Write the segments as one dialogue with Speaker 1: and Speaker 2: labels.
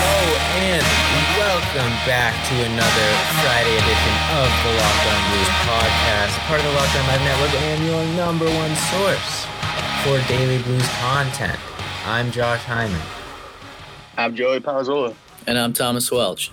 Speaker 1: And welcome back to another Friday edition of the Lockdown Blues podcast, part of the Lockdown Live Network and your number one source for daily blues content. I'm Josh Hyman.
Speaker 2: I'm Joey Palazola.
Speaker 3: And I'm Thomas Welch.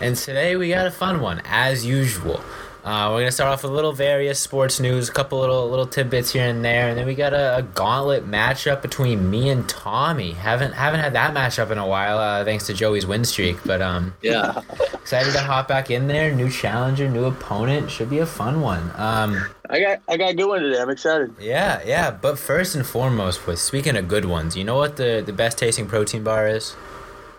Speaker 1: And today we got a fun one, as usual. Uh, we're gonna start off with a little various sports news, a couple little little tidbits here and there, and then we got a, a gauntlet matchup between me and Tommy. haven't haven't had that matchup in a while, uh, thanks to Joey's win streak. But um,
Speaker 3: Yeah.
Speaker 1: excited to hop back in there. New challenger, new opponent, should be a fun one. Um,
Speaker 2: I got I got a good one today. I'm excited.
Speaker 1: yeah, yeah. But first and foremost, boys, speaking of good ones, you know what the the best tasting protein bar is?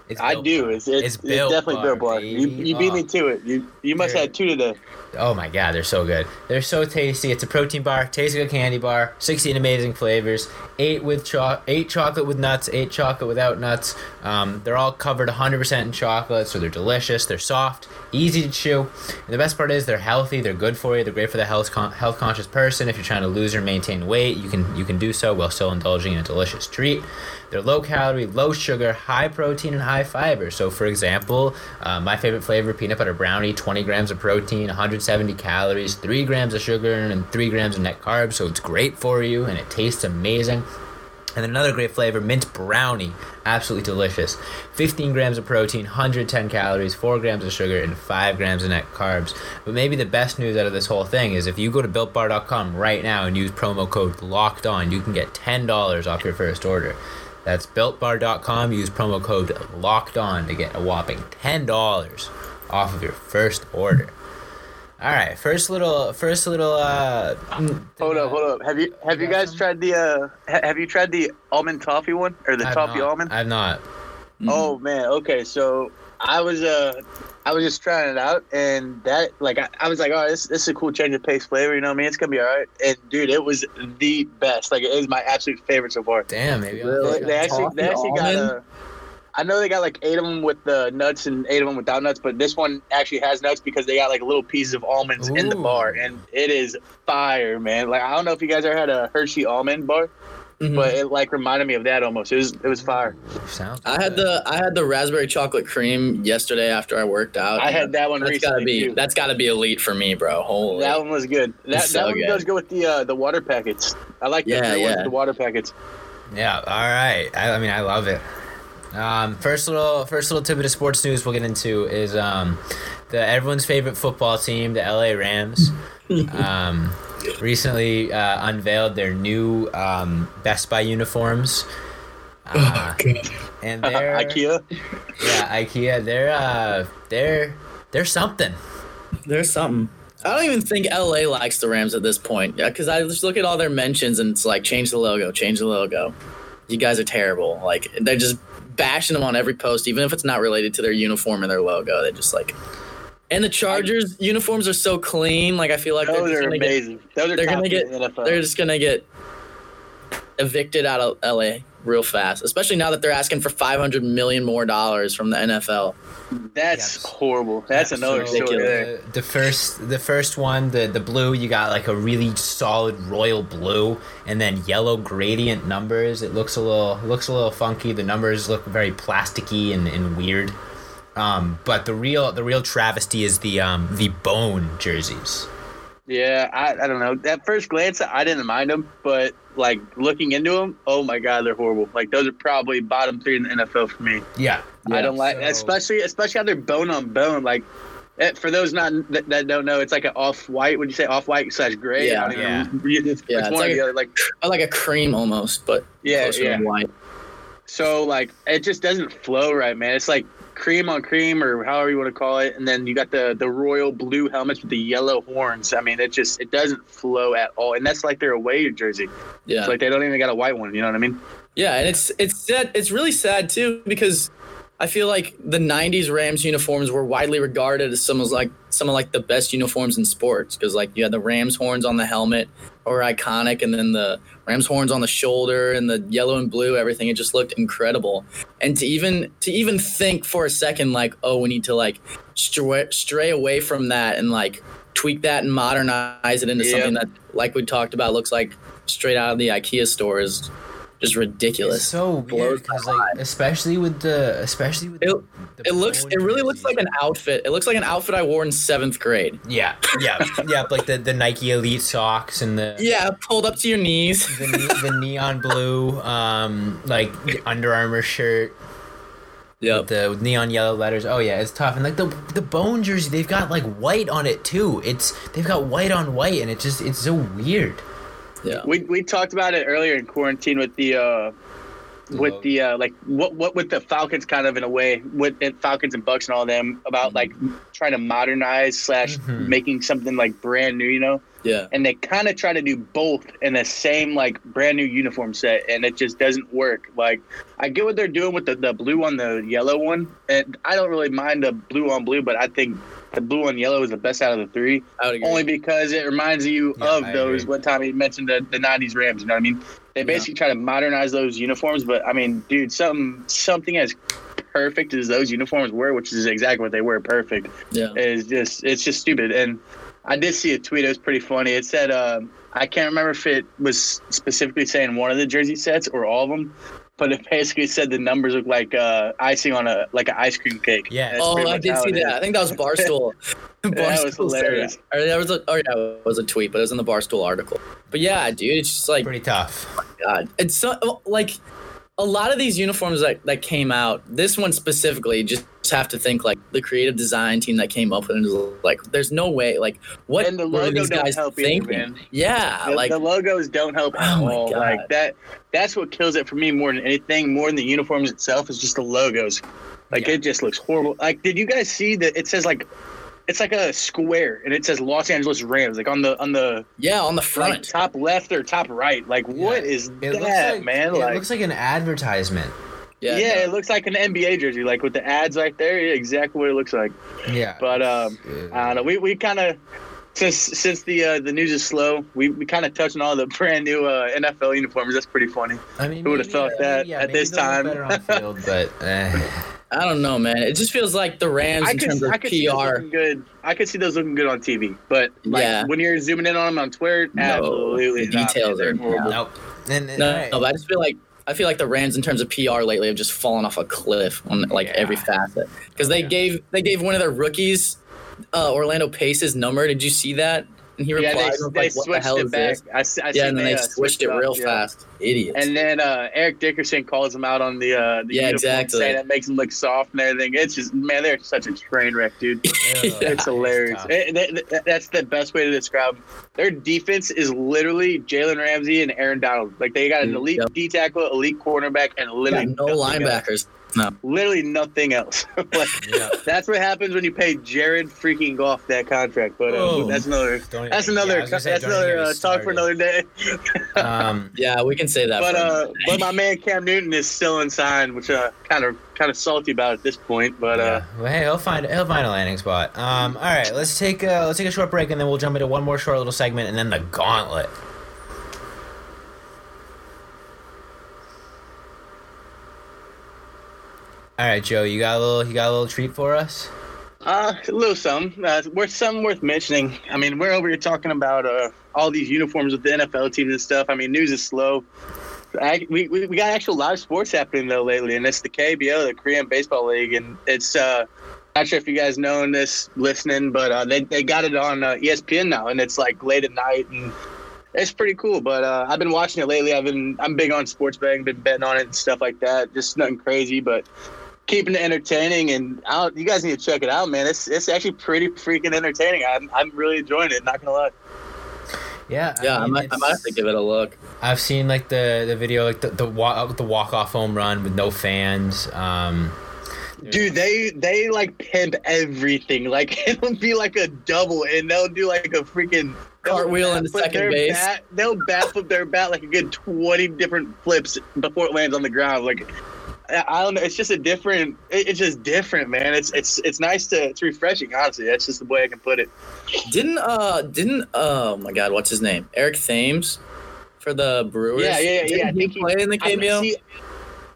Speaker 1: It's
Speaker 2: I
Speaker 1: Built
Speaker 2: do.
Speaker 1: Bar.
Speaker 2: It's it's,
Speaker 1: It's
Speaker 2: it's,
Speaker 1: Built
Speaker 2: definitely
Speaker 1: Bar,
Speaker 2: Bill Bar. You,
Speaker 1: baby.
Speaker 2: you beat
Speaker 1: Oh.
Speaker 2: me to it. You you must
Speaker 1: Dude.
Speaker 2: have two today.
Speaker 1: Oh my god, they're so good. They're so tasty. It's a protein bar, tastes like a candy bar, 16 amazing flavors, eight with cho- eight chocolate with nuts, eight chocolate without nuts. Um, they're all covered 100% in chocolate, so they're delicious, they're soft, easy to chew. And the best part is they're healthy, they're good for you, they're great for the health con- health conscious person. If you're trying to lose or maintain weight, you can you can do so while still indulging in a delicious treat. They're low calorie, low sugar, high protein, and high fiber. So, for example, uh, my favorite flavor, peanut butter brownie, 20 grams of protein, 170 calories, 3 grams of sugar, and 3 grams of net carbs. So, it's great for you and it tastes amazing. And another great flavor, mint brownie. Absolutely delicious. 15 grams of protein, 110 calories, 4 grams of sugar, and 5 grams of net carbs. But maybe the best news out of this whole thing is if you go to builtbar.com right now and use promo code LOCKED ON, you can get $10 off your first order. That's builtbar.com. Use promo code LOCKED ON to get a whopping $10 off of your first order. All right, first little, first little. Uh,
Speaker 2: Hold up, hold up. Have you have you
Speaker 1: got
Speaker 2: guys
Speaker 1: some?
Speaker 2: tried the uh ha- have you tried the almond toffee one or the
Speaker 1: I've
Speaker 2: toffee
Speaker 1: not-
Speaker 2: almond?
Speaker 1: I've not.
Speaker 2: Oh man, okay. So I was uh I was just trying it out and that like I, I was like, oh this this is a cool change of pace flavor, you know what I mean? It's gonna be alright. And dude, it was the best. Like it is my absolute favorite so far.
Speaker 1: Damn, maybe. I'll
Speaker 3: Really?
Speaker 1: pick it
Speaker 2: They, they
Speaker 1: up.
Speaker 2: actually they
Speaker 3: Toffee
Speaker 2: actually got
Speaker 3: almond?
Speaker 2: a. I know they got like eight of them with the nuts and eight of them without nuts, but this one actually has nuts because they got like little pieces of almonds in the
Speaker 1: Ooh.
Speaker 2: bar, and it is fire, man. Like I don't know if you guys ever had a Hershey almond bar,
Speaker 3: Mhm.
Speaker 2: but it like reminded me of that almost. It was it was fire.
Speaker 1: Sounds
Speaker 3: I had
Speaker 1: good.
Speaker 3: the I had the raspberry chocolate cream yesterday after I worked out.
Speaker 2: I had that one
Speaker 3: That's
Speaker 2: recently
Speaker 3: gotta be
Speaker 2: too. That,
Speaker 3: that's gotta be elite for me, bro. Holy.
Speaker 2: one was good. That,
Speaker 3: It's
Speaker 2: that
Speaker 3: so
Speaker 2: one
Speaker 3: good.
Speaker 2: goes good with the uh, the water packets. I like the,
Speaker 3: Yeah,
Speaker 2: blue ones,
Speaker 3: yeah.
Speaker 2: the water packets.
Speaker 1: Yeah. All right. I, I mean, I love it. Um, first little first little tidbit of sports news we'll get into is um, the everyone's favorite football team, the LA Rams, um, recently uh, unveiled their new um, Best Buy uniforms. Uh, and they're
Speaker 2: IKEA.
Speaker 1: yeah IKEA they're uh, they're they're something.
Speaker 3: There's something. I don't even think LA likes the Rams at this point. Yeah, because I just look at all their mentions and it's like change the logo, change the logo. You guys are terrible. Like they're just bashing them on every post, even if it's not related to their uniform and their logo. They just like and the Chargers uniforms are so clean. Like I feel like
Speaker 2: Those
Speaker 3: just
Speaker 2: are
Speaker 3: gonna get-
Speaker 2: amazing. Those are
Speaker 3: they're
Speaker 2: top
Speaker 3: gonna
Speaker 2: tier
Speaker 3: get
Speaker 2: in the NFL.
Speaker 3: they're just gonna get evicted out of LA real fast, especially now that they're asking for 500 million more dollars from the NFL.
Speaker 2: That's
Speaker 1: Yes.
Speaker 2: horrible. That's another
Speaker 3: so
Speaker 2: story
Speaker 3: ridiculous.
Speaker 2: there.
Speaker 1: the, uh, the first the first one the the blue you got like a really solid royal blue and then yellow gradient numbers it looks a little looks a little funky the numbers look very plasticky and, and weird um, but the real the real travesty is the um, the bone jerseys
Speaker 2: Yeah, I, I don't know. At first glance, I didn't mind them, but like looking into them, oh my god, they're horrible. Like those are probably bottom three in the NFL for me.
Speaker 1: yeah
Speaker 2: I don't like,
Speaker 1: so-
Speaker 2: especially especially how they're bone on bone. Like eh, for those not that, that don't know, it's like an off white. Would you say off white slash gray?
Speaker 3: Yeah.
Speaker 2: I don't even- It's,
Speaker 3: Yeah,
Speaker 2: it's
Speaker 3: it's
Speaker 2: one
Speaker 3: like
Speaker 2: or the
Speaker 3: a-
Speaker 2: other. Like
Speaker 3: I like a cream almost, but
Speaker 2: yeah,
Speaker 3: closer
Speaker 2: yeah.
Speaker 3: to white.
Speaker 2: So like it just doesn't flow right, man. It's like cream on cream or however you want to call it, and then you got the the royal blue helmets with the yellow horns. I mean, it just it doesn't flow at all, and that's like their away jersey.
Speaker 3: Yeah.
Speaker 2: It's like they don't even got a white one. You know what I mean?
Speaker 3: Yeah, and it's it's sad. It's really sad too because I feel like the '90s Rams uniforms were widely regarded as some of like some of like the best uniforms in sports because like you had the Rams horns on the helmet or iconic, and then the Rams horns on the shoulder and the yellow and blue everything. It just looked incredible. And to even to even think for a second like oh we need to like stray, stray away from that and like tweak that and modernize it into
Speaker 2: Yeah.
Speaker 3: something that like we talked about looks like straight out of the IKEA store is just ridiculous.
Speaker 1: It's so
Speaker 3: Blows
Speaker 1: weird
Speaker 3: my
Speaker 1: 'cause, like, especially with the, especially with
Speaker 3: It-
Speaker 1: the,
Speaker 3: it looks. It really looks like an outfit. It looks like an outfit I wore in seventh grade.
Speaker 1: yeah, yeah, yeah, like the the Nike Elite socks and the
Speaker 3: Yeah, pulled up to your knees.
Speaker 1: the, ne- the neon blue, um, like the Under Armour shirt,
Speaker 3: Yep.
Speaker 1: the neon yellow letters. Oh yeah, it's tough. And like the the bone jersey, they've got like white on it too. It's they've got white on white, and it just it's so weird.
Speaker 3: Yeah.
Speaker 2: We we talked about it earlier in quarantine with the uh with the uh like what what with the Falcons kind of in a way with and Falcons and Bucks and all them about like trying to modernize slash
Speaker 1: Mhm.
Speaker 2: making something like brand new, you know.
Speaker 3: Yeah.
Speaker 2: And they kind of try to do both in the same like brand new uniform set, and it just doesn't work. Like I get what they're doing with the the blue on the yellow one, and I don't really mind the blue on blue, but I think. The blue on yellow is the best out of the three,
Speaker 3: I would agree.
Speaker 2: only because it reminds you
Speaker 1: Yeah,
Speaker 2: of
Speaker 1: I
Speaker 2: those.
Speaker 1: agree.
Speaker 2: What time he mentioned the, the '90s Rams? You know what I mean? They
Speaker 3: Yeah.
Speaker 2: basically try to modernize those uniforms, but I mean, dude, something something as perfect as those uniforms were, which is exactly what they were, perfect,
Speaker 3: yeah.
Speaker 2: is just it's just stupid. And I did see a tweet; it was pretty funny. It said, um, I can't remember if it was specifically saying one of the jersey sets or all of them. But it basically said the numbers look like uh, icing on a like an ice cream cake.
Speaker 1: Yeah.
Speaker 2: That's
Speaker 3: Oh,
Speaker 2: pretty
Speaker 3: I
Speaker 2: much
Speaker 3: did
Speaker 2: how
Speaker 3: see
Speaker 2: it is.
Speaker 3: that. I think that was Barstool.
Speaker 2: That was
Speaker 3: Barstool said
Speaker 2: hilarious.
Speaker 3: Or that was a, oh yeah, it was a tweet, but it was in the Barstool article. But yeah, dude, it's
Speaker 2: Oh.
Speaker 3: just like
Speaker 1: Pretty tough.
Speaker 3: God, it's so oh, like a lot of these uniforms that, that came out. This one specifically, just have to think like the creative design team that came up with it is like, there's no way, like what
Speaker 2: And the
Speaker 3: were
Speaker 2: logo
Speaker 3: these
Speaker 2: don't
Speaker 3: guys
Speaker 2: help either,
Speaker 3: thinking?
Speaker 2: man.
Speaker 3: yeah,
Speaker 2: the,
Speaker 3: like
Speaker 2: the logos don't help at
Speaker 3: Oh my
Speaker 2: all.
Speaker 3: God.
Speaker 2: Like that, that's what kills it for me more than anything. More than the uniforms itself is just the logos. Like
Speaker 1: Yeah.
Speaker 2: it just looks horrible. Like, did you guys see that? It says like, it's like a square, and it says Los Angeles Rams, like on the on the
Speaker 3: yeah, on the
Speaker 2: like,
Speaker 3: front.
Speaker 2: top left or top right. Like, what is
Speaker 1: It
Speaker 2: that,
Speaker 1: looks like
Speaker 2: man?
Speaker 1: It
Speaker 2: like,
Speaker 1: looks like an advertisement.
Speaker 2: yeah,
Speaker 3: yeah, no.
Speaker 2: it looks like an NBA jersey, like with the ads right there. Yeah, exactly what it looks like.
Speaker 1: Yeah. uh,
Speaker 2: But, um, I don't know. We we kind of since since the uh, the news is slow, we, we kind of touched on all the brand new uh, NFL uniforms. That's pretty funny.
Speaker 1: I mean,
Speaker 2: who would've
Speaker 1: maybe,
Speaker 2: thought
Speaker 1: uh,
Speaker 2: that
Speaker 1: yeah,
Speaker 2: at
Speaker 1: maybe
Speaker 2: this
Speaker 1: they'll look
Speaker 2: time?
Speaker 1: better on field, but eh.
Speaker 3: I don't know, man. It just feels like the Rams
Speaker 2: I
Speaker 3: in
Speaker 2: could,
Speaker 3: terms of
Speaker 2: I could see those
Speaker 3: PR.
Speaker 2: looking good. I could see those looking good on TV, but like,
Speaker 3: Yeah.
Speaker 2: when you're zooming in on them on Twitter,
Speaker 3: No,
Speaker 2: absolutely
Speaker 3: the
Speaker 2: not.
Speaker 3: details
Speaker 2: They're
Speaker 3: are-
Speaker 2: horrible.
Speaker 1: nope. And, eh, and-
Speaker 3: No,
Speaker 1: alright.
Speaker 3: no, but I just feel like I feel like the Rams in terms of PR lately have just fallen off a cliff on like
Speaker 1: Yeah.
Speaker 3: every facet because they
Speaker 1: Yeah.
Speaker 3: gave they gave one of their rookies uh, Orlando Pace's number. Did you see that? And he
Speaker 2: Yeah,
Speaker 3: replied,
Speaker 2: they,
Speaker 3: and was
Speaker 2: they
Speaker 3: like, "What the
Speaker 2: switched
Speaker 3: hell
Speaker 2: it
Speaker 3: is
Speaker 2: back.
Speaker 3: this?"
Speaker 2: I, s- I
Speaker 3: yeah,
Speaker 2: seen
Speaker 3: and then they
Speaker 2: uh,
Speaker 3: switched it
Speaker 2: up,
Speaker 3: real
Speaker 2: yeah.
Speaker 3: fast. Idiots.
Speaker 2: And then uh, Eric Dickerson calls him out on the uh, the
Speaker 3: Yeah,
Speaker 2: uniform,
Speaker 3: exactly.
Speaker 2: saying it makes him look soft and everything. It's just man, they're such a train wreck, dude.
Speaker 1: Ugh,
Speaker 2: It's hilarious.
Speaker 1: eh, tough.
Speaker 2: It- that- that- that's the best way to describe 'em. their defense is literally Jalen Ramsey and Aaron Donald. Like they got an
Speaker 3: Mm,
Speaker 2: elite
Speaker 3: yep.
Speaker 2: D tackle, elite cornerback, and
Speaker 3: Yeah,
Speaker 2: literally
Speaker 3: no
Speaker 2: nothing else.
Speaker 3: linebackers.
Speaker 2: Literally nothing else. Like,
Speaker 1: Yeah.
Speaker 2: that's what happens when you pay Jared freaking Goff that contract. But uh,
Speaker 1: Oh.
Speaker 2: that's another.
Speaker 1: Don't even-
Speaker 2: That's
Speaker 1: yeah, I
Speaker 2: another.
Speaker 1: was gonna say,
Speaker 2: that's
Speaker 1: don't even get
Speaker 2: another
Speaker 1: me
Speaker 2: uh, talk for
Speaker 1: started.
Speaker 2: another day.
Speaker 1: Um,
Speaker 3: Yeah, we can say that.
Speaker 2: But
Speaker 3: for a
Speaker 2: uh,
Speaker 3: minute.
Speaker 2: but my man Cam Newton is still unsigned, which uh, kind of kind of salty about at this point. But uh,
Speaker 1: yeah. well, hey, he'll find he'll find a landing spot. Um, all right, let's take a, let's take a short break and then we'll jump into one more short little segment and then the gauntlet. All right, Joe, you got a little you got a little treat for us.
Speaker 2: Uh, a little something. Uh, worth something worth mentioning. I mean, we're over here talking about uh, all these uniforms with the NFL teams and stuff. I mean, news is slow. I, we, we, we got actual live sports happening though lately, and it's the KBO, the Korean Baseball League, and it's uh, not sure if you guys know this listening, but uh, they they got it on uh, ESPN now, and it's like late at night, and it's pretty cool. But uh, I've been watching it lately. I've been I'm big on sports betting, been betting on it and stuff like that. Just nothing crazy, but keeping it entertaining and out you guys need to check it out man it's it's actually pretty freaking entertaining i'm, I'm really enjoying it not gonna lie
Speaker 1: Yeah,
Speaker 3: yeah, I,
Speaker 1: mean,
Speaker 3: might, I
Speaker 1: it's-
Speaker 3: might have to give it a look.
Speaker 1: I've seen like the the video like the the walk the walk off home run with no fans. Um,
Speaker 2: dude they they like pimp everything like it'll be like a double and they'll do like a freaking they'll
Speaker 3: Cartwheel
Speaker 2: bat
Speaker 3: into
Speaker 2: flip
Speaker 3: second
Speaker 2: their
Speaker 3: base.
Speaker 2: bat, they'll bat flip their bat like a good 20 different flips before it lands on the ground like I I don't know. It's just a different. it- It's just different, man. It's it's it's nice to. It's refreshing, honestly. That's just the way I can put it.
Speaker 3: Didn't uh didn't oh my god, what's his name? Eric Thames for the Brewers.
Speaker 2: Yeah, yeah, yeah, yeah. I
Speaker 3: Didn't
Speaker 2: think
Speaker 3: he
Speaker 2: he-
Speaker 3: play in the
Speaker 2: I'm-
Speaker 3: KBO.
Speaker 2: see,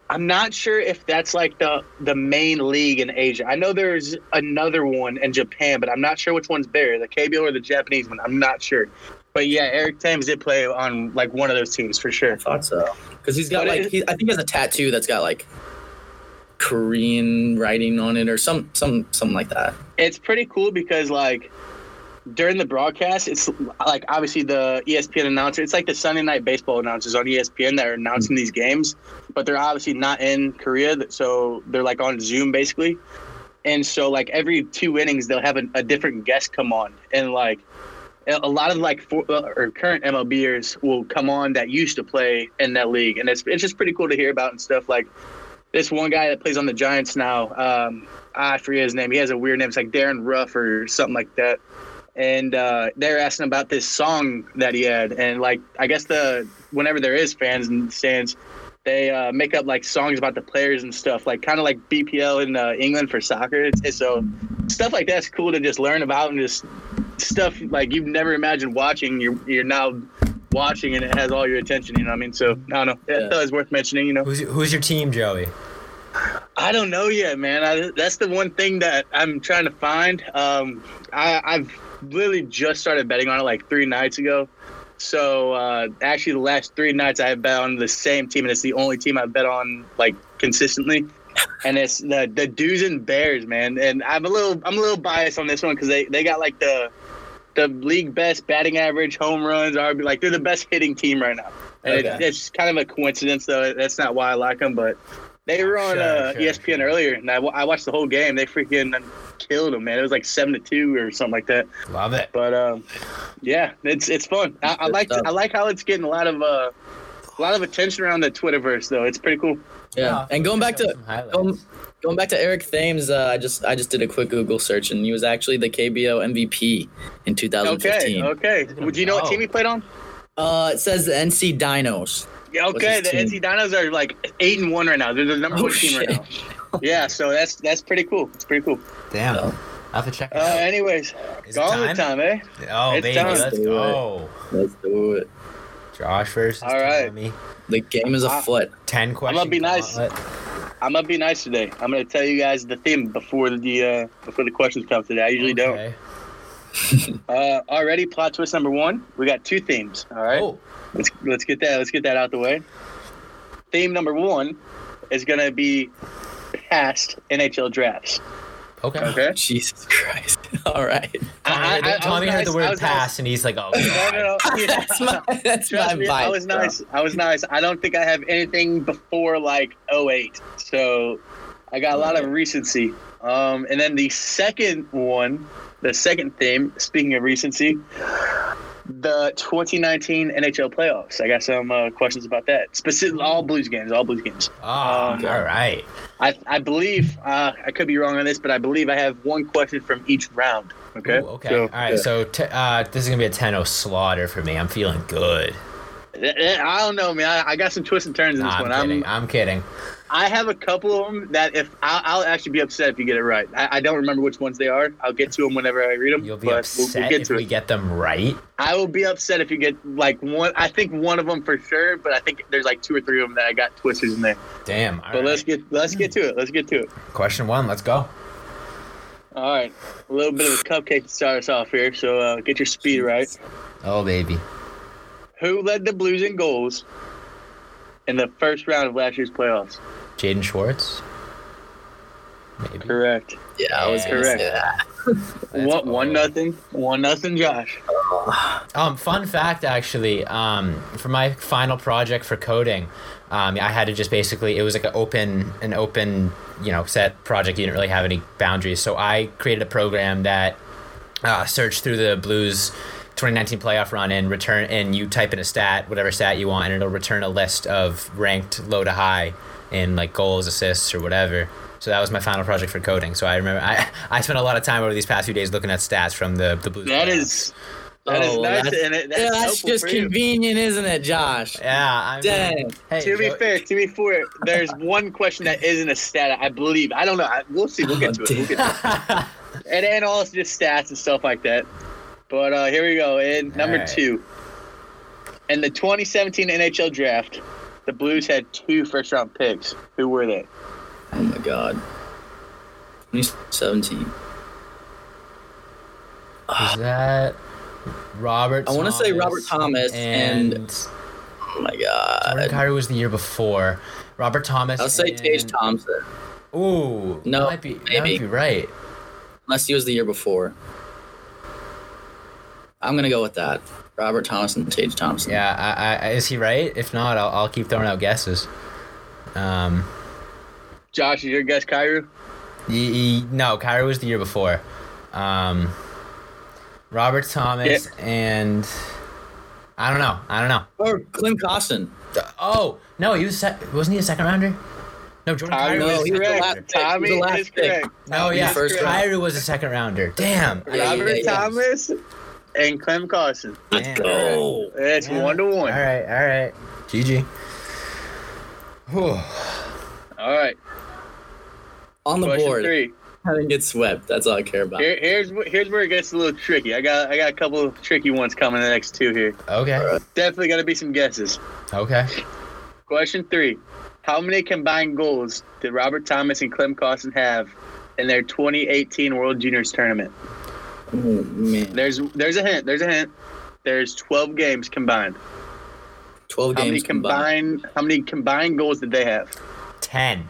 Speaker 2: I'm not sure if that's like the the main league in Asia. I know there's another one in Japan, but I'm not sure which one's better, the KBO or the Japanese one. I'm not sure. But yeah, Eric Thames did play on like one of those teams for sure.
Speaker 3: thought so. because he's got
Speaker 2: But
Speaker 3: like
Speaker 2: it-
Speaker 3: he, I think he has a tattoo that's got like Korean writing on it or some some something like that.
Speaker 2: it's pretty cool because like during the broadcast, it's like obviously the E ESPN announcer. It's like the Sunday night baseball announcers on E ESPN that are announcing these games, but they're obviously not in Korea, th- so they're like on Zoom basically. And so like every two innings, they'll have a, a different guest come on, and like a a lot of like for, uh, or current MLBers will come on that used to play in that league, and it's it's just pretty cool to hear about and stuff like. This one guy that plays on the Giants now, um, I forget his name. He has a weird name. It's like Darren Ruff or something like that. And uh, they're asking about this song that he had, and like I guess the whenever there is fans in the stands, they uh, make up like songs about the players and stuff, like kind of like BPL in uh, England for soccer. It's, it's so stuff like that's cool to just learn about and just stuff like you've never imagined watching. You're you're now watching and it has all your attention. You know what I mean? So I don't know. I
Speaker 3: Yeah.
Speaker 2: thought it was worth mentioning. You know.
Speaker 1: Who's who's your team, Joey?
Speaker 2: I don't know yet, man. I, that's the one thing that I'm trying to find. Um, I, I've literally just started betting on it like three nights ago. So uh, actually, the last three nights I have bet on the same team, and it's the only team I bet on like consistently. And it's the the Dudes and Bears, man. And I'm a little I'm a little biased on this one because they, they got like the the league best batting average, home runs, RB. Like they're the best hitting team right now. And it-
Speaker 3: Okay.
Speaker 2: it's kind of a coincidence, though. That's not why I like them, but they were on
Speaker 1: Sure,
Speaker 2: uh,
Speaker 1: sure,
Speaker 2: ESPN
Speaker 1: sure.
Speaker 2: earlier, and I, wa- I watched the whole game. They freaking killed them, man. It was like seven to two or something like that.
Speaker 1: Love it.
Speaker 2: But um, yeah, it's it's fun. I, I
Speaker 3: Good
Speaker 2: like
Speaker 3: stuff.
Speaker 2: I like how it's getting a lot of uh, a lot of attention around the Twitterverse, though. It's pretty cool.
Speaker 3: Yeah,
Speaker 1: Wow,
Speaker 3: and going back
Speaker 1: show
Speaker 3: to
Speaker 1: some highlights.
Speaker 3: going, going back to Eric Thames, uh, I just I just did a quick Google search, and he was actually the KBO MVP in 2015.
Speaker 2: Okay, okay. Would you know what
Speaker 1: Oh.
Speaker 2: team he played on?
Speaker 3: Uh, it says the NC Dinos.
Speaker 2: Yeah,
Speaker 3: What's
Speaker 2: okay.
Speaker 3: his
Speaker 2: The
Speaker 3: team?
Speaker 2: NC Dinos are like eight and one right now. They're the number
Speaker 3: Oh,
Speaker 2: one team right now. Yeah, so that's that's pretty cool. It's pretty cool.
Speaker 1: Damn.
Speaker 3: So-
Speaker 1: I'll have to check it
Speaker 2: Uh,
Speaker 1: out.
Speaker 2: anyways,
Speaker 1: Is it
Speaker 2: gone with
Speaker 1: time?
Speaker 2: time, eh?
Speaker 1: Oh,
Speaker 2: It's
Speaker 1: baby,
Speaker 2: time.
Speaker 1: let's
Speaker 3: Do it.
Speaker 1: go.
Speaker 3: Let's do it.
Speaker 1: Josh versus
Speaker 2: All right.
Speaker 1: Tommy.
Speaker 3: The game is
Speaker 2: I-
Speaker 3: afoot.
Speaker 1: 10 questions.
Speaker 2: be nice. I'm gonna be nice today. I'm gonna tell you guys the theme before the uh, before the questions come today. I usually don't. Uh, already, plot twist number one. We got two themes. All right,
Speaker 1: Oh,
Speaker 2: let's let's get that let's get that out the way. Theme number one is gonna be past NHL drafts.
Speaker 1: okay.
Speaker 2: Okay.
Speaker 3: Jesus Christ. All right.
Speaker 1: Tommy,
Speaker 2: I- I- I was
Speaker 1: Tommy heard the
Speaker 2: nice. I
Speaker 1: word
Speaker 2: was
Speaker 1: pass, and he's like, oh,
Speaker 2: No,
Speaker 1: God.
Speaker 2: no, no.
Speaker 3: That's my, that's
Speaker 2: Trust
Speaker 3: my
Speaker 2: me,
Speaker 3: vibe.
Speaker 2: I was
Speaker 3: bro.
Speaker 2: nice. I was nice. I don't think I have anything before like 08. So I got a lot of recency. Um, and then the second one, the second theme, speaking of recency, the 2019 NHL playoffs. I got some uh, questions about that. Specific,
Speaker 1: Mm.
Speaker 2: all Blues games, all Blues games.
Speaker 1: Oh,
Speaker 2: Um,
Speaker 1: all right.
Speaker 2: I, I believe, uh, I could be wrong on this, but I believe I have one question from each round. Okay.
Speaker 1: Ooh, okay.
Speaker 2: So-
Speaker 1: all right.
Speaker 3: yeah.
Speaker 1: So t- uh, this is going to be a 10 0 slaughter for me. I'm feeling good.
Speaker 2: Eh, eh, I don't know, man. I, I got some twists and turns in
Speaker 1: Nah,
Speaker 2: this
Speaker 1: I'm
Speaker 2: one.
Speaker 1: kidding. I'm, kidding.
Speaker 2: I have a couple of them that if I'll, I'll actually be upset if you get it right. I, I don't remember which ones they are. I'll get to them whenever I read them.
Speaker 1: You'll be
Speaker 2: but we'll-
Speaker 1: upset
Speaker 2: we'll, get
Speaker 1: if
Speaker 2: to
Speaker 1: we
Speaker 2: it.
Speaker 1: get them right.
Speaker 2: I will be upset if you get like one. I think one of them for sure, but I think there's like two or three of them that I got twisters in there.
Speaker 1: Damn. all
Speaker 2: but let's
Speaker 1: right.
Speaker 2: get let's get to it. Let's get to it.
Speaker 1: Question one. Let's go.
Speaker 2: All right, a little bit of a cupcake to start us off here. So uh, get your speed right.
Speaker 1: Oh, baby.
Speaker 2: Who led the Blues in goals in the first round of last year's playoffs?
Speaker 1: Jaden Schwartz. Maybe.
Speaker 2: Correct.
Speaker 3: Yeah, I was
Speaker 1: Yeah.
Speaker 3: gonna
Speaker 2: Correct.
Speaker 3: say that.
Speaker 1: Let's
Speaker 2: one one
Speaker 1: go.
Speaker 2: nothing. One nothing. Josh.
Speaker 1: Um, fun fact, actually, um, for my final project for coding, um, I had to just basically it was like an open an open you know set project. You didn't really have any boundaries, so I created a program that uh, searched through the Blues. 2019 playoff run and return and you type in a stat whatever stat you want and it'll return a list of ranked low to high in like goals assists or whatever so that was my final project for coding so i remember i i spent a lot of time over these past few days looking at stats from the the blues
Speaker 2: That
Speaker 1: playoffs.
Speaker 2: is that is
Speaker 3: Oh,
Speaker 2: nice,
Speaker 3: that's-
Speaker 2: and it, that's,
Speaker 3: Yeah, that's
Speaker 2: helpful
Speaker 3: just
Speaker 2: for you.
Speaker 3: convenient, isn't it, Josh?
Speaker 1: yeah i mean-
Speaker 3: Dang.
Speaker 1: Hey,
Speaker 2: To be
Speaker 1: Joe-
Speaker 2: fair, to be fair, there's one question that isn't a stat. I believe. I don't know. I, we'll
Speaker 3: Oh,
Speaker 2: see. We'll get to it. We'll get to it. And and all it's just stats and stuff like that. But uh, here we go. And number
Speaker 1: Alright.
Speaker 2: two, in the 2017 NHL draft, the Blues had two first round picks. Who were they?
Speaker 3: Oh my god. 2017.
Speaker 1: Is that Robert?
Speaker 3: I wanna say Robert Thomas and- Oh my god.
Speaker 1: Jordan Cairo was the year before. Robert Thomas.
Speaker 3: I'll say
Speaker 1: and-
Speaker 3: Tage Thompson,
Speaker 1: Ooh,
Speaker 3: No,
Speaker 1: that might be, that
Speaker 3: maybe.
Speaker 1: might be right.
Speaker 3: unless he was the year before. I'm gonna go with that. Robert Thomas and Tage Thompson.
Speaker 1: Yeah, I, I, is he right? If not, I'll, I'll keep throwing out guesses. Um,
Speaker 2: Josh, is your guess Cairo?
Speaker 1: he, he- no, Cairo was the year before. Um, Robert Thomas and I don't know. I don't know.
Speaker 3: Or Clem Costin.
Speaker 1: Oh no, he was sec- wasn't he a second rounder? No, Jordan
Speaker 2: Tommy
Speaker 1: Cairo.
Speaker 3: no,
Speaker 1: was
Speaker 2: is
Speaker 3: he was the
Speaker 2: correct.
Speaker 3: last pick. He was
Speaker 2: Tommy
Speaker 3: the last
Speaker 2: is
Speaker 3: pick.
Speaker 2: correct.
Speaker 1: No,
Speaker 3: He was
Speaker 1: Oh, yeah,
Speaker 3: first round.
Speaker 1: Cairo was a second rounder. Damn.
Speaker 3: Yeah, yeah,
Speaker 2: Robert
Speaker 3: yeah.
Speaker 2: Thomas and Clem Carson.
Speaker 1: Let's
Speaker 3: go.
Speaker 2: That's
Speaker 1: Yeah.
Speaker 2: one to
Speaker 1: All
Speaker 2: one.
Speaker 1: right, all right. GG. Whew.
Speaker 2: All right.
Speaker 3: On the
Speaker 2: Question
Speaker 3: board. Uh,
Speaker 2: three.
Speaker 3: I didn't get swept. That's all I care about.
Speaker 2: Here, here's wh- here's where it gets a little tricky. I got I got a couple of tricky ones coming in the next two here.
Speaker 1: Okay.
Speaker 2: Definitely got to be some guesses.
Speaker 1: Okay.
Speaker 2: Question three: How many combined goals did Robert Thomas and Clem Costin have in their 2018 World Juniors tournament?
Speaker 3: Oh, man.
Speaker 2: There's there's a hint. There's a hint. There's 12 games combined.
Speaker 3: 12
Speaker 2: How many
Speaker 3: games combined.
Speaker 2: combined? How many combined goals did they have?
Speaker 1: Ten.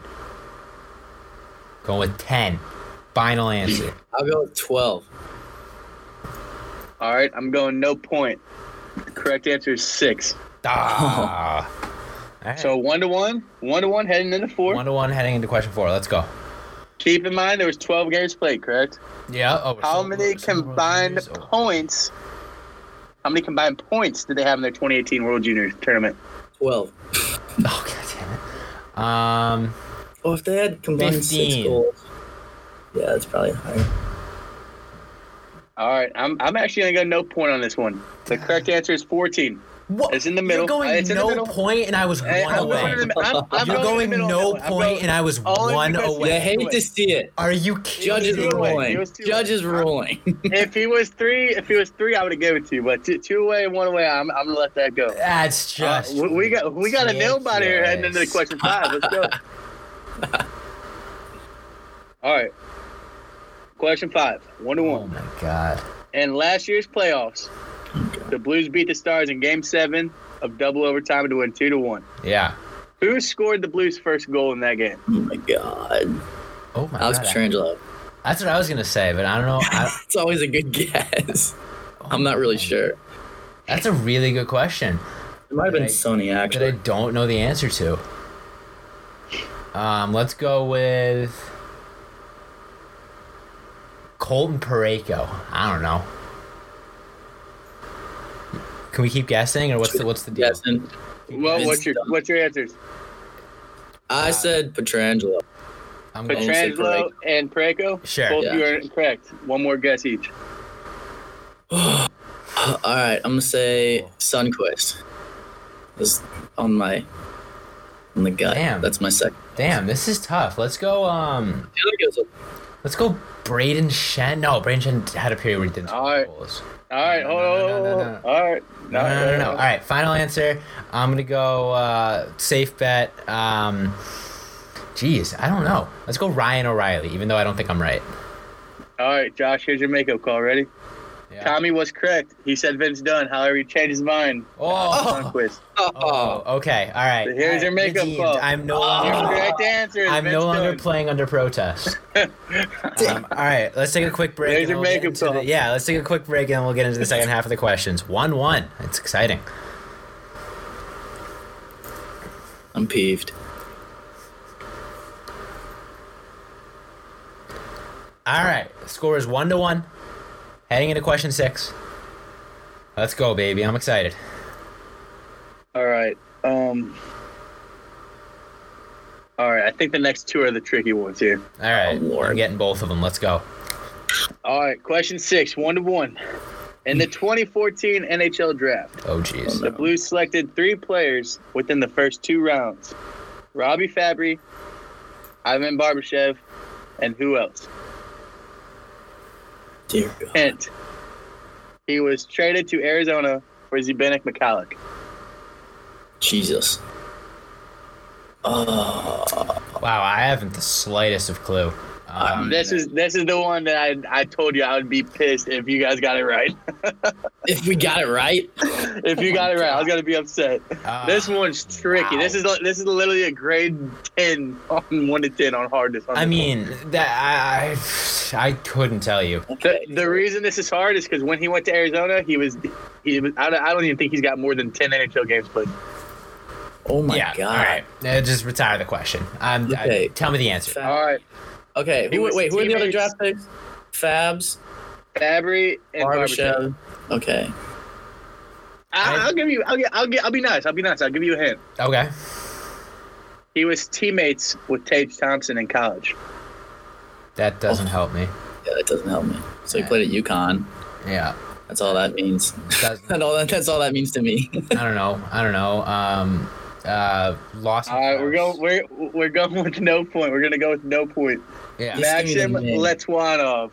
Speaker 1: Going with ten. Final answer.
Speaker 3: I'll go with 12.
Speaker 2: All right, I'm going no point. The correct answer is six.
Speaker 1: Ah. All right.
Speaker 2: So one to one, one to one heading into four.
Speaker 1: one to one heading into question four. Let's go.
Speaker 2: Keep in mind there was 12 games played, correct?
Speaker 1: Yeah. Oh, we're
Speaker 2: How
Speaker 1: still-
Speaker 2: many
Speaker 1: we're still in World
Speaker 2: combined
Speaker 1: Series? Oh.
Speaker 2: points? How many combined points did they have in their 2018 World Junior Tournament?
Speaker 3: 12.
Speaker 1: Oh god damn it. Um.
Speaker 3: Oh, if they had combined six
Speaker 1: 15.
Speaker 3: goals. Yeah, that's probably higher.
Speaker 2: All right, I'm, I'm actually gonna go no point on this one. The correct answer is 14.
Speaker 1: What?
Speaker 2: It's in the
Speaker 1: You're
Speaker 2: middle.
Speaker 1: going
Speaker 2: It's in the
Speaker 1: no
Speaker 2: middle.
Speaker 1: point, and I was
Speaker 2: Hey,
Speaker 1: one
Speaker 2: I'm
Speaker 1: away.
Speaker 2: going in the- I'm- I'm
Speaker 1: You're
Speaker 2: going in
Speaker 1: going
Speaker 2: the middle on
Speaker 1: no
Speaker 2: that one. I'm
Speaker 1: point,
Speaker 2: going-
Speaker 1: and I was
Speaker 2: Only
Speaker 1: one
Speaker 2: because-
Speaker 1: away.
Speaker 3: They hate to see it.
Speaker 1: Are you kidding?
Speaker 3: Judge is
Speaker 2: It was two away. It
Speaker 3: ruling.
Speaker 2: was two
Speaker 3: Judge
Speaker 2: away.
Speaker 3: is ruling.
Speaker 2: if he was three, if he was three, I would have given it to you. But two, two away and one away, I'm, I'm gonna let that go.
Speaker 1: That's
Speaker 2: Uh,
Speaker 1: just.
Speaker 2: we, we got we got a nail biter here heading into
Speaker 1: ridiculous.
Speaker 2: question five. Let's go. All right. Question five, one to
Speaker 1: Oh
Speaker 2: one.
Speaker 1: my god.
Speaker 2: In last year's playoffs, the Blues beat the Stars in Game Seven of double overtime to win two to one.
Speaker 1: Yeah.
Speaker 2: Who scored the Blues' first goal in that game?
Speaker 3: oh my god.
Speaker 1: Oh my
Speaker 3: Alex
Speaker 1: god.
Speaker 3: Petrangelo.
Speaker 1: That's what I was gonna say, but I don't know. I, oh
Speaker 3: It's always a good guess. I'm not really sure.
Speaker 1: that's a really good question
Speaker 3: It might have been
Speaker 1: Did I-
Speaker 3: Sony
Speaker 1: that I
Speaker 3: actually.
Speaker 1: don't know the answer to. Um, let's go with Colton Pareko. I don't know. Can we keep guessing, or what's the what's the deal?
Speaker 3: Guessing.
Speaker 2: Well,
Speaker 3: It's
Speaker 2: what's your
Speaker 3: done.
Speaker 2: what's your answers?
Speaker 1: Ah.
Speaker 3: I said Petrangelo.
Speaker 1: I'm going.
Speaker 3: say
Speaker 2: Petrangelo and Preko.
Speaker 1: Sure.
Speaker 2: Both of you
Speaker 3: Yeah.
Speaker 2: are correct. One more guess each.
Speaker 3: All right, I'm gonna say Sunquist. Is on my on the gut.
Speaker 1: Damn.
Speaker 3: That's my second.
Speaker 1: Damn, this is tough. Let's go. Um,
Speaker 3: I feel like it was a-
Speaker 1: let's go. Braden Shen. No, Braden Shen had a period where he didn't score
Speaker 2: All right.
Speaker 1: goals.
Speaker 2: All right,
Speaker 1: No,
Speaker 2: hold
Speaker 1: no,
Speaker 2: on.
Speaker 1: no, no,
Speaker 2: hold
Speaker 1: no,
Speaker 2: on. All right.
Speaker 1: No, no, no, no. All right, final answer. I'm gonna go uh, safe bet. Um, geez, I don't know. Let's go Ryan O'Reilly, even though I don't think I'm right.
Speaker 2: All right, Josh, here's your makeup call. Ready?
Speaker 1: Yeah.
Speaker 2: Tommy was correct. He said Vince Dunn. However, he changed his mind.
Speaker 1: Oh,
Speaker 2: Sunquist.
Speaker 3: Oh,
Speaker 1: oh, okay, all right.
Speaker 2: Here's
Speaker 1: All right,
Speaker 2: your makeup Oh,
Speaker 1: redeemed.
Speaker 2: call.
Speaker 1: I'm no
Speaker 2: Your
Speaker 1: longer.
Speaker 2: correct answer is
Speaker 1: Oh. I'm
Speaker 2: Vince
Speaker 1: no longer
Speaker 2: Dunn.
Speaker 1: playing under protest. um, all right, let's take a quick break.
Speaker 2: There's
Speaker 1: and
Speaker 2: your
Speaker 1: we'll get
Speaker 2: makeup
Speaker 1: into the-
Speaker 2: call.
Speaker 1: yeah, let's take a quick break and we'll get into the second half of the questions. One one. It's exciting.
Speaker 3: I'm peeved.
Speaker 1: All right, score is one to one. Heading into question six. Let's go, baby. I'm excited.
Speaker 2: All right. Um. All right. I think the next two are the tricky ones here.
Speaker 1: All right,
Speaker 3: Oh, Lord.
Speaker 1: I'm getting both of them. Let's go.
Speaker 2: All right. Question six, one to one. In the 2014 NHL draft,
Speaker 1: Oh, jeez.
Speaker 2: the Blues selected three players within the first two rounds: Robbie Fabry, Ivan Barbashev, and who else?
Speaker 3: Dear God.
Speaker 2: Hint: He was traded to Arizona for Zbigniew McCulloch.
Speaker 3: Jesus. Oh,
Speaker 1: Wow, I haven't the slightest of clue. Um,
Speaker 2: This is this is the one that I I told you I would be pissed if you guys got it right.
Speaker 3: if we got it right,
Speaker 2: if you got it right, I was gonna be upset.
Speaker 1: Ah,
Speaker 2: this one's tricky.
Speaker 1: wow.
Speaker 2: This is li- this is literally a grade ten on one to ten on hardness. on
Speaker 1: I
Speaker 2: this
Speaker 1: mean, that I, I I couldn't tell you.
Speaker 2: The, the reason this is hard is because when he went to Arizona, he was he was. I don't, I don't even think he's got more than ten NHL games played.
Speaker 3: Oh my
Speaker 1: yeah.
Speaker 3: god.
Speaker 1: All right. Uh, just retire the question. I'm, I-
Speaker 3: Okay.
Speaker 1: tell me the answer.
Speaker 3: Fa-
Speaker 2: All right,
Speaker 3: Okay.
Speaker 2: He
Speaker 3: Who,
Speaker 2: was
Speaker 3: wait, who are the other
Speaker 2: teammates-
Speaker 3: draft picks? Fabs,
Speaker 2: Fabry and Barbashev.
Speaker 3: Barbashev. Okay.
Speaker 2: I, I'll give you. I'll get. I'll get. I'll be nice. I'll be nice. I'll give you a hint.
Speaker 1: Okay.
Speaker 2: He was teammates with Tage Thompson in college.
Speaker 1: That doesn't help me.
Speaker 3: Yeah, that doesn't help me. So he played at UConn.
Speaker 1: Yeah.
Speaker 3: That's all that means.
Speaker 1: Doesn't, I
Speaker 3: That's all that, that's all that means to me.
Speaker 1: don't know. I don't know. Um, uh, lost.
Speaker 2: All right, we're going. We're we're going with no point. We're gonna go with no point.
Speaker 1: Yeah.
Speaker 3: Just give me the
Speaker 2: Maxim
Speaker 3: name.
Speaker 2: Letwanov.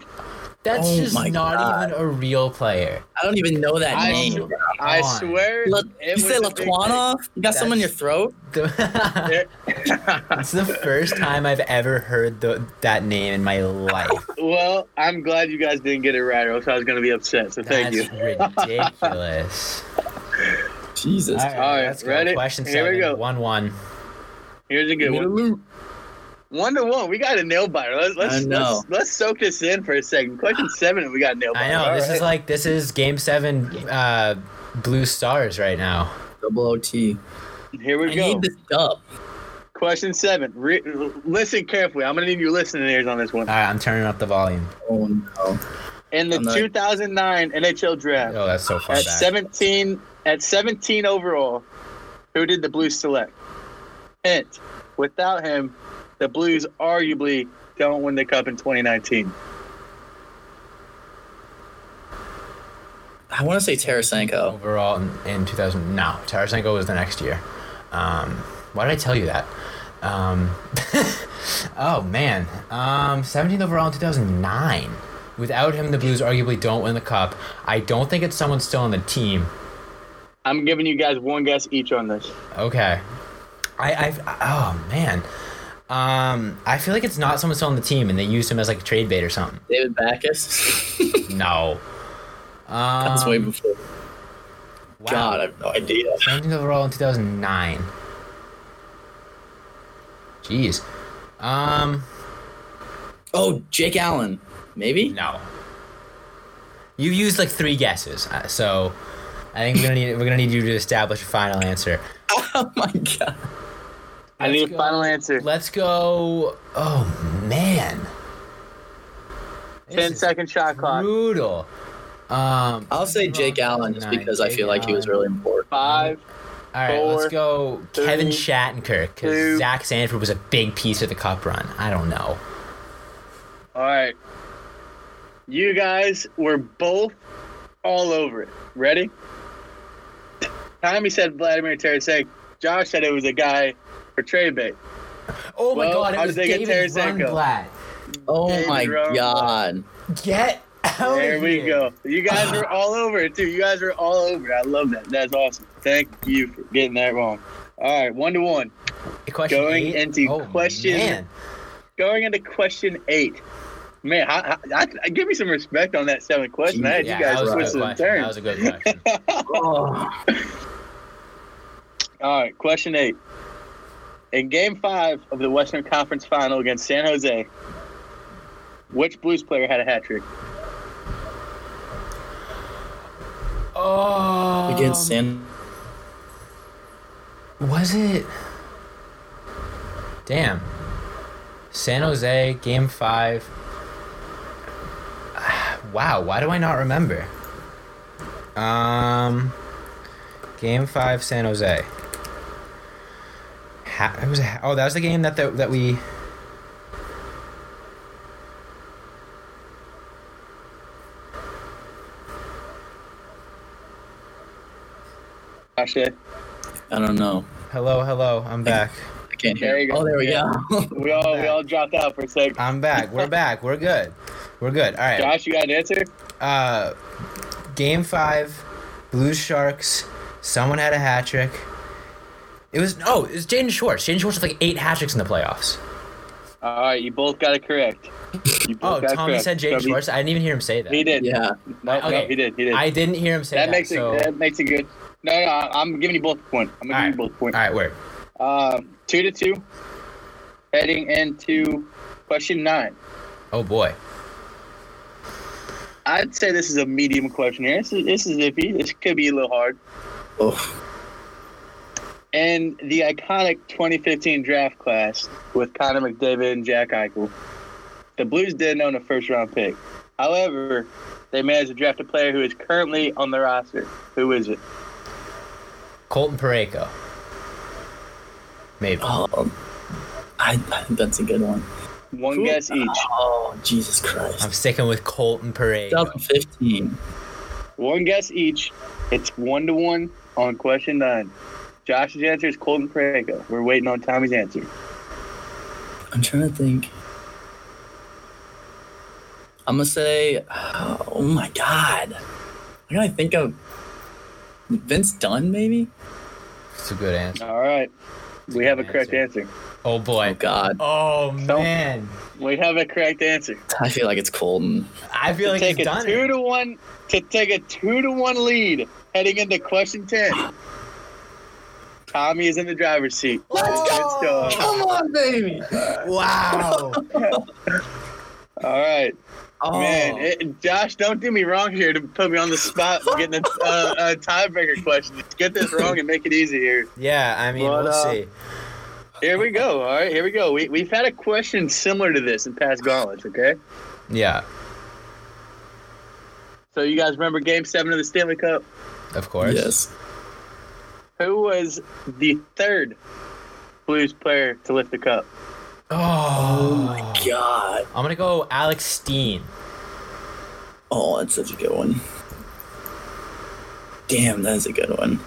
Speaker 1: That's
Speaker 3: Oh
Speaker 1: just
Speaker 3: my
Speaker 1: not
Speaker 3: God.
Speaker 1: even a real player.
Speaker 3: I don't even know that
Speaker 2: I,
Speaker 3: name.
Speaker 2: sw- I
Speaker 1: on.
Speaker 2: swear.
Speaker 3: Le-
Speaker 2: it
Speaker 3: you
Speaker 2: was
Speaker 3: said
Speaker 2: a big
Speaker 3: Latwanov? You got someone in your
Speaker 1: That's-
Speaker 3: throat?
Speaker 1: The-
Speaker 2: thing. It-
Speaker 1: it's the first time I've ever heard the, that name in my life.
Speaker 2: well, I'm glad you guys didn't get it right, or else I was gonna be upset. So thank
Speaker 1: That's
Speaker 2: you.
Speaker 1: ridiculous.
Speaker 3: Jesus.
Speaker 1: All
Speaker 2: All right,
Speaker 1: let's go.
Speaker 2: ready?
Speaker 1: Question
Speaker 2: Here
Speaker 1: seven.
Speaker 2: we go.
Speaker 1: One one.
Speaker 2: Here's a good one. One to one. We got a nail biter. Let's
Speaker 3: I
Speaker 2: let's,
Speaker 3: know.
Speaker 2: let's let's soak this in for a second. Question seven, and we got a nail biter.
Speaker 1: I know
Speaker 2: All
Speaker 1: this
Speaker 2: right.
Speaker 1: is like this is Game Seven, uh, Blue Stars right now.
Speaker 3: Double OT.
Speaker 2: Here we
Speaker 3: I
Speaker 2: go.
Speaker 3: need this dub.
Speaker 2: Question seven. Re- listen carefully. I'm gonna need your listening ears on this one.
Speaker 1: All right, I'm turning up the volume.
Speaker 3: Oh no.
Speaker 2: In the
Speaker 3: I'm not-
Speaker 2: 2009 NHL draft,
Speaker 1: Oh, that's so far
Speaker 2: at
Speaker 1: back.
Speaker 2: 17, at 17 overall, who did the Blues select? Hint: Without him, the Blues arguably don't win the Cup in 2019.
Speaker 3: I want to say
Speaker 2: Oh.
Speaker 3: Tarasenko.
Speaker 1: overall in, in 2000. No, Tarasenko was the next year. Um, why did I tell you that? Um, oh man, um, 17th overall in 2009. Without him, the Blues arguably don't win the cup. I don't think it's someone still on the team.
Speaker 2: I'm giving you guys one guess each on this.
Speaker 1: Okay, I, I oh man, um, I feel like it's not someone still on the team, and they used him as like a trade bait or something.
Speaker 3: David Backus.
Speaker 1: No, um,
Speaker 3: That's way before.
Speaker 1: wow.
Speaker 3: God, I have no idea.
Speaker 1: 17th overall in 2009. Jeez. Um,
Speaker 3: Oh, Jake Allen. Maybe?
Speaker 1: no. You used like three guesses, uh, so I think we're gonna need we're gonna need you to establish a final answer.
Speaker 3: Oh my god.
Speaker 2: I
Speaker 1: Let's
Speaker 2: need a
Speaker 1: go.
Speaker 2: final answer.
Speaker 1: Let's go. Oh man. This
Speaker 2: 10
Speaker 1: is
Speaker 2: second shot clock.
Speaker 1: Brutal. Um,
Speaker 3: I'll say Oh, Jake Allen just
Speaker 1: 2009,
Speaker 3: because I
Speaker 1: Jake
Speaker 3: feel like he was
Speaker 1: Allen.
Speaker 3: really important.
Speaker 2: Five.
Speaker 1: All right,
Speaker 2: four,
Speaker 1: let's go. Kevin
Speaker 2: three,
Speaker 1: Shattenkirk,
Speaker 2: two.
Speaker 1: because Zach Sanford was a big piece of the cup run. I don't know.
Speaker 2: All right. You guys were both all over it. Ready? Tommy said Vladimir Tarasenko. Josh said it was a guy for trade bait.
Speaker 1: Oh my
Speaker 2: Well,
Speaker 1: god,
Speaker 2: how
Speaker 1: it was
Speaker 2: did they get
Speaker 1: David
Speaker 2: Tarasenko?
Speaker 1: Runblad.
Speaker 3: Oh
Speaker 2: David
Speaker 3: my
Speaker 2: Rowe.
Speaker 3: god.
Speaker 1: Get out
Speaker 2: There
Speaker 1: of
Speaker 2: we
Speaker 1: here.
Speaker 2: go. You guys were all over it too. You guys were all over it. I love that. That's awesome. Thank you for getting that wrong. All right, one to one.
Speaker 1: Question
Speaker 2: Going
Speaker 1: eight.
Speaker 2: into
Speaker 1: oh,
Speaker 2: question-
Speaker 1: Man.
Speaker 2: Going into question eight. Man, I, I, I, give me some respect on that seventh question. I had
Speaker 1: Yeah,
Speaker 2: you guys
Speaker 1: that was a good
Speaker 2: switch the
Speaker 1: question. That was
Speaker 2: turns.
Speaker 1: a good question.
Speaker 3: Oh.
Speaker 2: All right, question eight. In game five of the Western Conference final against San Jose, which Blues player had a hat trick?
Speaker 1: oh.
Speaker 3: Against San.
Speaker 1: Was it? Damn. San Jose game five. Wow. Why do I not remember? Um. Game five, San Jose. Ha- it was a- oh, that was the game that the, that we.
Speaker 2: Josh, eh?
Speaker 3: I don't know.
Speaker 1: Hello, hello. I'm back.
Speaker 3: I can't hear.
Speaker 2: There you go.
Speaker 3: Oh, there we
Speaker 2: Yeah.
Speaker 3: go.
Speaker 2: We all we all dropped out for a sec.
Speaker 1: I'm back. We're back. We're good. We're good. All right.
Speaker 2: Josh, you got an answer?
Speaker 1: Uh, game five, Blue Sharks. Someone had a hat trick. It was oh, it was Jaden Schwartz. Jaden Schwartz had like eight hat tricks in the playoffs.
Speaker 2: All right, you both got it correct. You
Speaker 1: Oh,
Speaker 2: broke that
Speaker 1: Tommy
Speaker 2: crap.
Speaker 1: said Jake
Speaker 2: No, he-
Speaker 1: Schwartz. I didn't even hear him say that.
Speaker 2: He did.
Speaker 3: Yeah.
Speaker 2: No, no,
Speaker 1: Okay.
Speaker 2: he did. He did.
Speaker 1: I didn't hear him say that.
Speaker 2: that makes
Speaker 1: so-
Speaker 2: it. That makes it good. No, no, I- I'm giving you both a point. I'm gonna give you both a
Speaker 1: All
Speaker 2: point.
Speaker 1: right, where?
Speaker 2: Um, two to two. Heading into question nine.
Speaker 1: Oh boy.
Speaker 2: I'd say this is a medium question here. This is, this is iffy. This could be a little hard.
Speaker 3: Oh,
Speaker 2: And the iconic 2015 draft class with Connor McDavid and Jack Eichel. The Blues didn't own a first round pick. However, they managed to draft a player who is currently on the roster. Who is it?
Speaker 1: Colton Pareko. Maybe.
Speaker 3: oh. I, I think that's a good one.
Speaker 2: One
Speaker 3: Who-
Speaker 2: guess each.
Speaker 3: Oh, Jesus Christ.
Speaker 1: I'm sticking with Colton Pareko.
Speaker 3: 2015.
Speaker 2: One guess each. It's one to one on question nine. Josh's answer is Colton Pareko. We're waiting on Tommy's answer.
Speaker 3: I'm trying to think. I'm gonna say, oh my god. I gotta think of Vince Dunn, maybe.
Speaker 1: It's a good answer.
Speaker 2: All right. We have a correct answer.
Speaker 1: Oh
Speaker 3: Oh
Speaker 1: boy.
Speaker 3: god,
Speaker 1: Oh
Speaker 2: Don't-
Speaker 1: man.
Speaker 2: We have a correct answer.
Speaker 3: I feel like it's Colton.
Speaker 1: I feel like
Speaker 2: take
Speaker 1: he's
Speaker 2: a
Speaker 1: done
Speaker 2: two
Speaker 1: it.
Speaker 2: to one to take a two to one lead heading into question ten. Tommy is in the driver's seat. Let's go.
Speaker 3: Come on, baby.
Speaker 1: Wow.
Speaker 2: All right,
Speaker 3: Oh
Speaker 2: man. It, Josh, don't do me wrong here to put me on the spot for getting a, uh, a tiebreaker question. Let's get this wrong and make it easy here.
Speaker 1: yeah, I mean,
Speaker 2: But,
Speaker 1: we'll
Speaker 2: uh,
Speaker 1: see.
Speaker 2: Here we go. All right, here we go. We we've had a question similar to this in past gauntlets. Okay,
Speaker 1: Yeah,
Speaker 2: so you guys remember Game Seven of the Stanley Cup?
Speaker 1: of course.
Speaker 3: yes.
Speaker 2: Who was the third Blues player to lift the cup?
Speaker 1: Oh, my God.
Speaker 3: God.
Speaker 1: I'm gonna go Alex Steen.
Speaker 3: Oh, that's such a good one. Damn, that's a good one.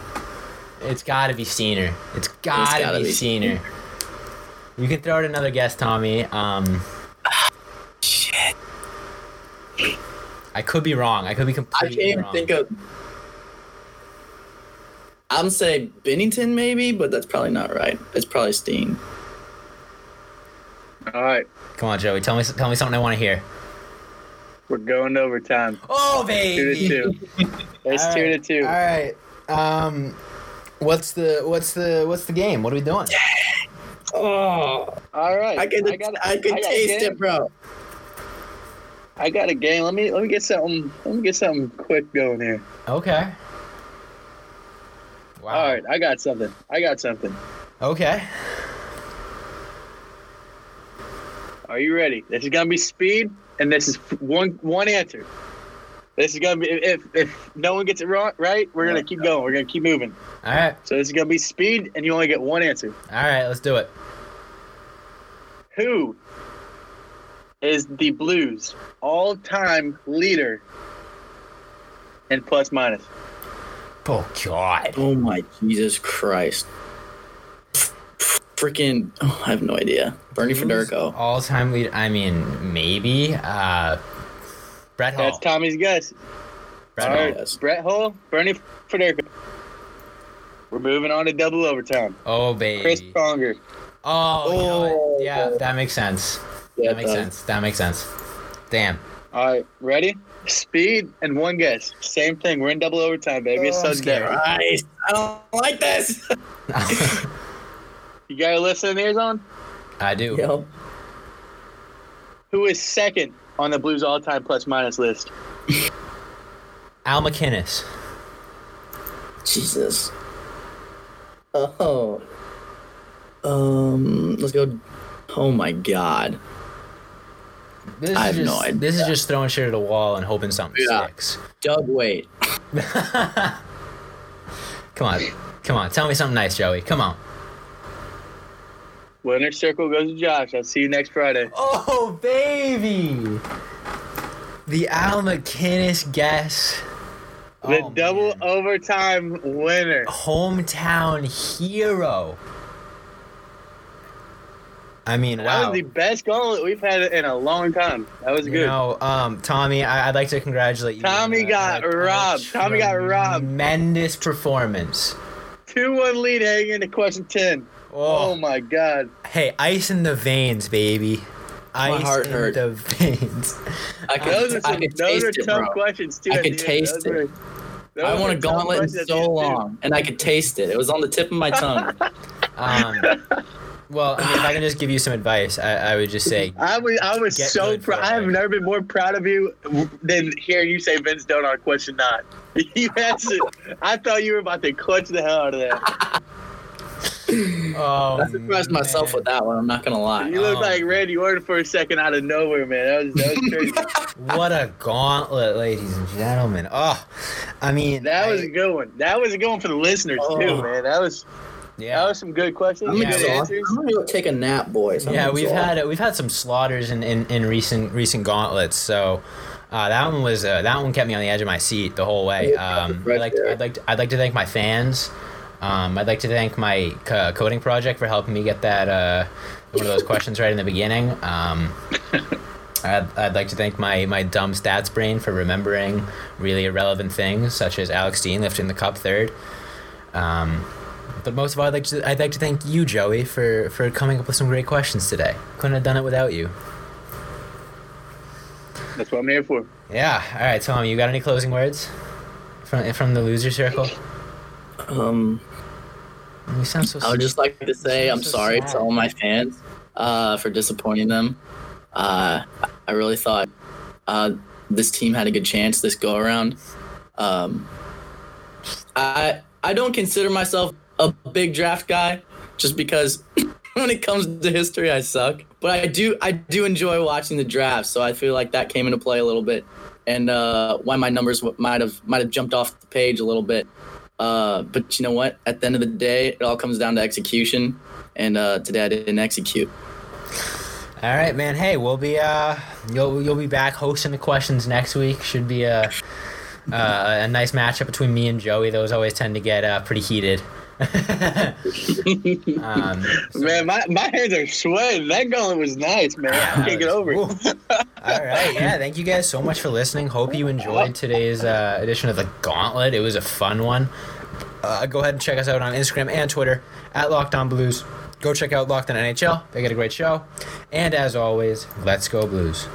Speaker 1: It's gotta be Steener. It's gotta,
Speaker 3: gotta
Speaker 1: be,
Speaker 3: be
Speaker 1: Steener. You can throw out another guess, Tommy. Um,
Speaker 3: Shit.
Speaker 1: I could be wrong. I could be
Speaker 3: I
Speaker 1: completely
Speaker 3: can't even
Speaker 1: wrong.
Speaker 3: think of I'm saying Bennington maybe, but that's probably not right. It's probably Steen.
Speaker 2: All right,
Speaker 1: Come on, Joey. Tell me, tell me something I want to hear.
Speaker 2: we're going overtime.
Speaker 1: Oh,
Speaker 2: two
Speaker 1: baby.
Speaker 2: to two. It's
Speaker 1: All
Speaker 2: two to
Speaker 1: right,
Speaker 2: two.
Speaker 1: All right. Um, what's the what's the what's the game? What are we doing?
Speaker 3: Oh,
Speaker 2: All right.
Speaker 3: I can I,
Speaker 2: got-
Speaker 3: can
Speaker 2: I got a
Speaker 3: taste
Speaker 2: game.
Speaker 3: it, bro.
Speaker 2: I got a game. Let me let me get something. Let me get something quick going here.
Speaker 1: Okay. Wow.
Speaker 2: All right, I got something. I got something.
Speaker 1: Okay.
Speaker 2: Are you ready? This is gonna be speed, and this is f- one one answer. This is gonna be if if- if no one gets it wrong, right? We're gonna keep going. We're gonna keep moving.
Speaker 1: All right.
Speaker 2: So this is gonna be speed, and you only get one answer.
Speaker 1: All right. Let's do it.
Speaker 2: Who is the Blues all-time leader in plus minus?
Speaker 1: Oh God.
Speaker 3: Oh my Jesus Christ. Freaking oh, I have no idea. Bernie Federico.
Speaker 1: All time lead. I mean, maybe. Uh, Brett Hall.
Speaker 2: That's Tommy's guess.
Speaker 1: Brett
Speaker 2: All
Speaker 1: Hall.
Speaker 2: right,
Speaker 3: Yes.
Speaker 2: Brett Hull, Bernie Federico. We're moving on to double overtime.
Speaker 1: Oh baby.
Speaker 2: Chris Pronger.
Speaker 1: Oh. you know
Speaker 3: Oh.
Speaker 1: what? yeah. That makes sense.
Speaker 3: Yeah,
Speaker 1: that makes
Speaker 3: uh,
Speaker 1: sense. That makes sense. Damn.
Speaker 2: All right, ready? Speed and one guess. Same thing. We're in double overtime, baby. It's
Speaker 1: Oh, I'm
Speaker 2: Sunday.
Speaker 1: scared.
Speaker 3: Christ, I don't like this.
Speaker 2: You got your listening ears on?
Speaker 1: I do.
Speaker 3: Yo.
Speaker 2: Who is second on the Blues all-time plus-minus list?
Speaker 1: Al McInnes.
Speaker 3: Jesus. Oh. Um. Let's go. Oh my God.
Speaker 1: This is
Speaker 3: I have
Speaker 1: just,
Speaker 3: no idea.
Speaker 1: This is just throwing shit at a wall and hoping something
Speaker 3: Yeah.
Speaker 1: sticks.
Speaker 3: Doug Wait.
Speaker 1: come on. Come on. Tell me something nice, Joey. Come on.
Speaker 2: Winner circle goes to Josh. I'll see you next Friday.
Speaker 1: Oh, baby. The Al McInnes guess.
Speaker 2: The
Speaker 1: Oh,
Speaker 2: double
Speaker 1: man.
Speaker 2: overtime winner.
Speaker 1: hometown hero. I mean,
Speaker 2: That
Speaker 1: wow.
Speaker 2: was the best goal we've had in a long time. That was
Speaker 1: you
Speaker 2: good.
Speaker 1: know, um, Tommy, I- I'd like to congratulate you.
Speaker 2: Tommy
Speaker 1: on a-
Speaker 2: got
Speaker 1: on a- on a
Speaker 2: robbed. Tommy got robbed.
Speaker 1: Tremendous performance.
Speaker 2: Two-one lead heading into question ten. Oh
Speaker 1: oh
Speaker 2: my God.
Speaker 1: Hey, ice in the veins, baby. ice
Speaker 3: heart
Speaker 1: in
Speaker 3: hurt.
Speaker 1: the veins.
Speaker 3: I could,
Speaker 2: Those are
Speaker 3: I
Speaker 2: some,
Speaker 3: could
Speaker 2: those
Speaker 3: taste
Speaker 2: are
Speaker 3: it,
Speaker 2: tough
Speaker 3: bro.
Speaker 2: questions too.
Speaker 3: I
Speaker 2: at
Speaker 3: could
Speaker 2: the end.
Speaker 3: taste
Speaker 2: Those
Speaker 3: it.
Speaker 2: were- those
Speaker 3: I
Speaker 2: were
Speaker 3: want a
Speaker 2: tough
Speaker 3: gauntlet in
Speaker 2: questions at the
Speaker 3: so
Speaker 2: end, too.
Speaker 3: long, and I could taste it. It was on the tip of my tongue.
Speaker 1: Um, well, I mean, if I can just give you some advice, I, I would just say
Speaker 2: I was I was
Speaker 1: Get
Speaker 2: so
Speaker 1: good
Speaker 2: proud. I have
Speaker 1: forever.
Speaker 2: never been more proud of you than hearing you say Vince Donar question not. You answered. I thought you were about to clutch the hell out of that.
Speaker 1: Oh,
Speaker 3: I surprised myself with that one. I'm not gonna lie.
Speaker 2: You looked
Speaker 1: Oh.
Speaker 2: like Randy Orton for a second out of nowhere, man. That was that was crazy.
Speaker 1: What a gauntlet, ladies and gentlemen. Oh, I mean,
Speaker 2: that was
Speaker 1: I-
Speaker 2: a good one. That was a good one for the listeners
Speaker 3: Oh.
Speaker 2: too, man. That was that
Speaker 1: yeah,
Speaker 2: was some good questions,
Speaker 3: I'm
Speaker 1: Yeah.
Speaker 2: good
Speaker 3: exhausted.
Speaker 2: answers.
Speaker 3: I'm gonna go take a nap, boys. I'm
Speaker 1: yeah. We've
Speaker 3: exhausted.
Speaker 1: had we've had some slaughters in, in, in recent recent gauntlets. So uh, that one was uh, that one kept me on the edge of my seat the whole way. Um, I'd like to, I'd like to, I'd like to thank my fans. Um, I'd like to thank my co- coding project for helping me get that uh, one of those questions right in the beginning. Um, I'd, I'd like to thank my, my dumb stats brain for remembering really irrelevant things, such as Alex Dean lifting the cup third. Um, but most of all, I'd like, to, I'd like to thank you, Joey, for, for coming up with some great questions today. Couldn't have done it without you.
Speaker 2: That's what I'm here for.
Speaker 1: Yeah. All right, Tom, you got any closing words from, from the loser circle?
Speaker 3: Um,
Speaker 1: You sound so
Speaker 3: I would just like to say I'm
Speaker 1: So
Speaker 3: sorry
Speaker 1: sad.
Speaker 3: to all my fans uh, for disappointing them. Uh, I really thought uh, this team had a good chance this go around. Um, I I don't consider myself a big draft guy just because when it comes to history I suck. But I do I do enjoy watching the draft, so I feel like that came into play a little bit, and uh, why my numbers w- might have might have jumped off the page a little bit. Uh, but you know what? At the end of the day, it all comes down to execution. And uh, today I didn't execute.
Speaker 1: All right, man. Hey, we'll be uh, you'll you'll be back hosting the questions next week. Should be a uh, a nice matchup between me and Joey. Those always tend to get uh, pretty heated. um,
Speaker 2: Man, my, my hands are sweating. That gauntlet was nice, man. I can't get over
Speaker 1: Ooh.
Speaker 2: it.
Speaker 1: All right, yeah. Thank you guys so much for listening. Hope you enjoyed today's uh, edition of the Gauntlet. It was a fun one. Uh, go ahead and check us out on Instagram and Twitter at Locked On Blues. Go check out Locked On NHL. They got a great show. And as always, let's go Blues.